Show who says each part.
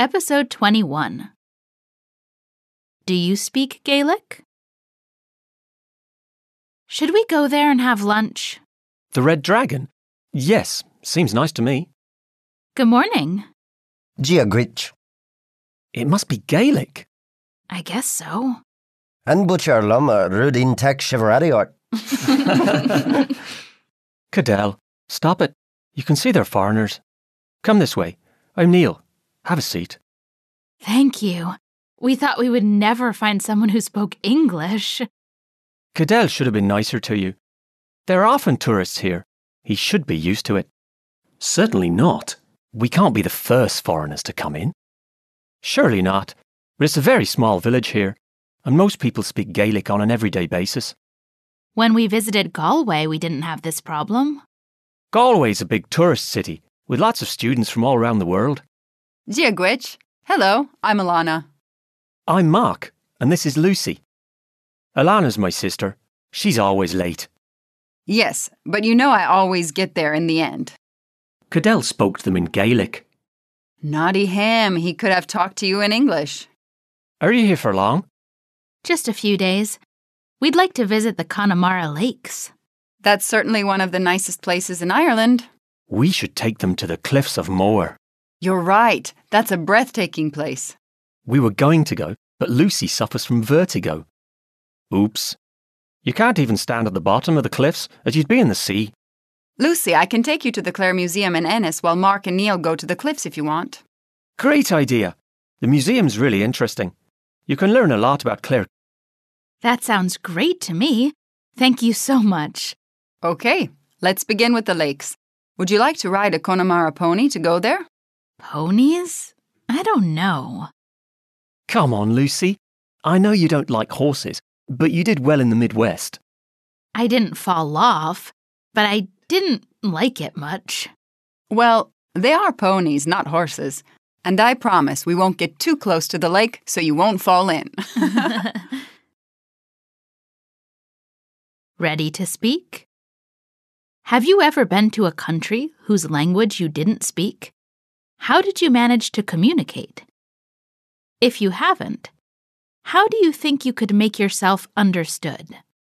Speaker 1: Episode 21. Do you speak Gaelic? Should we go there and have lunch?
Speaker 2: The Red Dragon? Yes, seems nice to me.
Speaker 1: Good morning.
Speaker 3: Geogrich,
Speaker 2: It must be Gaelic.
Speaker 1: I guess so.
Speaker 3: and Butcher Lama Rudin Tech Shivaradiort.
Speaker 2: Cadell, stop it. You can see they're foreigners. Come this way. I'm Neil. Have a seat.
Speaker 1: Thank you. We thought we would never find someone who spoke English.
Speaker 2: Cadell should have been nicer to you. There are often tourists here. He should be used to it.
Speaker 4: Certainly not.
Speaker 2: We can't be the first foreigners to come in. Surely not. But it's a very small village here, and most people speak Gaelic on an everyday basis.
Speaker 1: When we visited Galway, we didn't have this problem.
Speaker 2: Galway's a big tourist city, with lots of students from all around the world.
Speaker 5: Giagwich. Hello, I'm Alana.
Speaker 2: I'm Mark, and this is Lucy. Alana's my sister. She's always late.
Speaker 5: Yes, but you know I always get there in the end.
Speaker 4: Cadell spoke to them in Gaelic.
Speaker 5: Naughty him, he could have talked to you in English.
Speaker 2: Are you here for long?
Speaker 1: Just a few days. We'd like to visit the Connemara Lakes.
Speaker 5: That's certainly one of the nicest places in Ireland.
Speaker 2: We should take them to the cliffs of Moher.
Speaker 5: You're right, that's a breathtaking place.
Speaker 2: We were going to go, but Lucy suffers from vertigo. Oops. You can't even stand at the bottom of the cliffs, as you'd be in the sea.
Speaker 5: Lucy, I can take you to the Clare Museum in Ennis while Mark and Neil go to the cliffs if you want.
Speaker 2: Great idea. The museum's really interesting. You can learn a lot about Clare.
Speaker 1: That sounds great to me. Thank you so much.
Speaker 5: Okay, let's begin with the lakes. Would you like to ride a Connemara pony to go there?
Speaker 1: Ponies? I don't know.
Speaker 2: Come on, Lucy. I know you don't like horses, but you did well in the Midwest.
Speaker 1: I didn't fall off, but I didn't like it much.
Speaker 5: Well, they are ponies, not horses. And I promise we won't get too close to the lake so you won't fall in.
Speaker 1: Ready to speak? Have you ever been to a country whose language you didn't speak? How did you manage to communicate? If you haven't, how do you think you could make yourself understood?